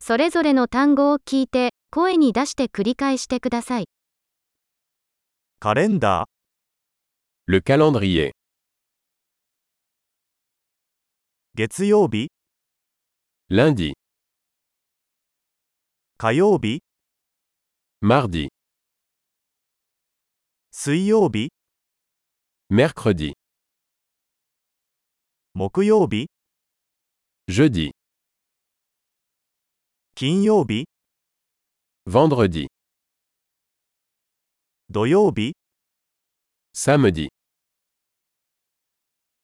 それぞれの単語を聞いて、声に出して繰り返してください。カレンダー、 Le calendrier. 月曜日、 Lundi, 火曜日、 mardi, 水曜日、 mercredi, 木曜日、 jeudi, 金曜日、 vendredi, 土曜日、 samedi,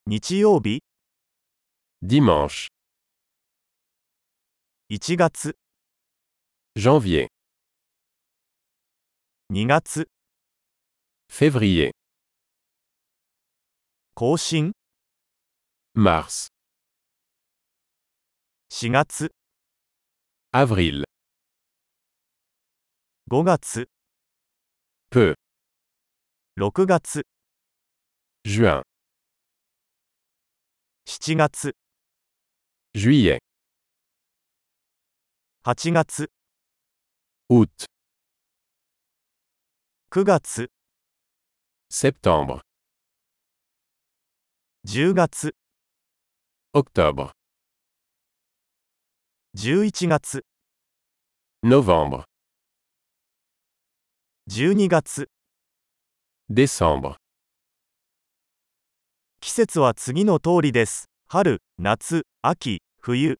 日曜日、 dimanche, 1月、 janvier, 2月、 février, 更新、 mars, 4月、 avril, 5月、 peu, 6月、 juin, 7月、 juillet, 8月、 août, 9月、 septembre, 10月、 octobre, 11月、 novembre, 12月、 décembre. 季節は次の通りです。春、夏、秋、冬。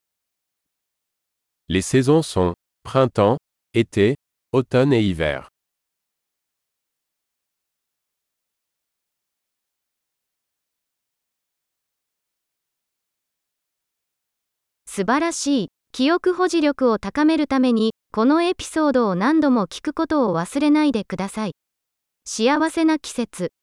Les saisons sont printemps, été, automne et hiver. 素晴らしい。記憶保持力を高めるために、このエピソードを何度も聞くことを忘れないでください。幸せな季節。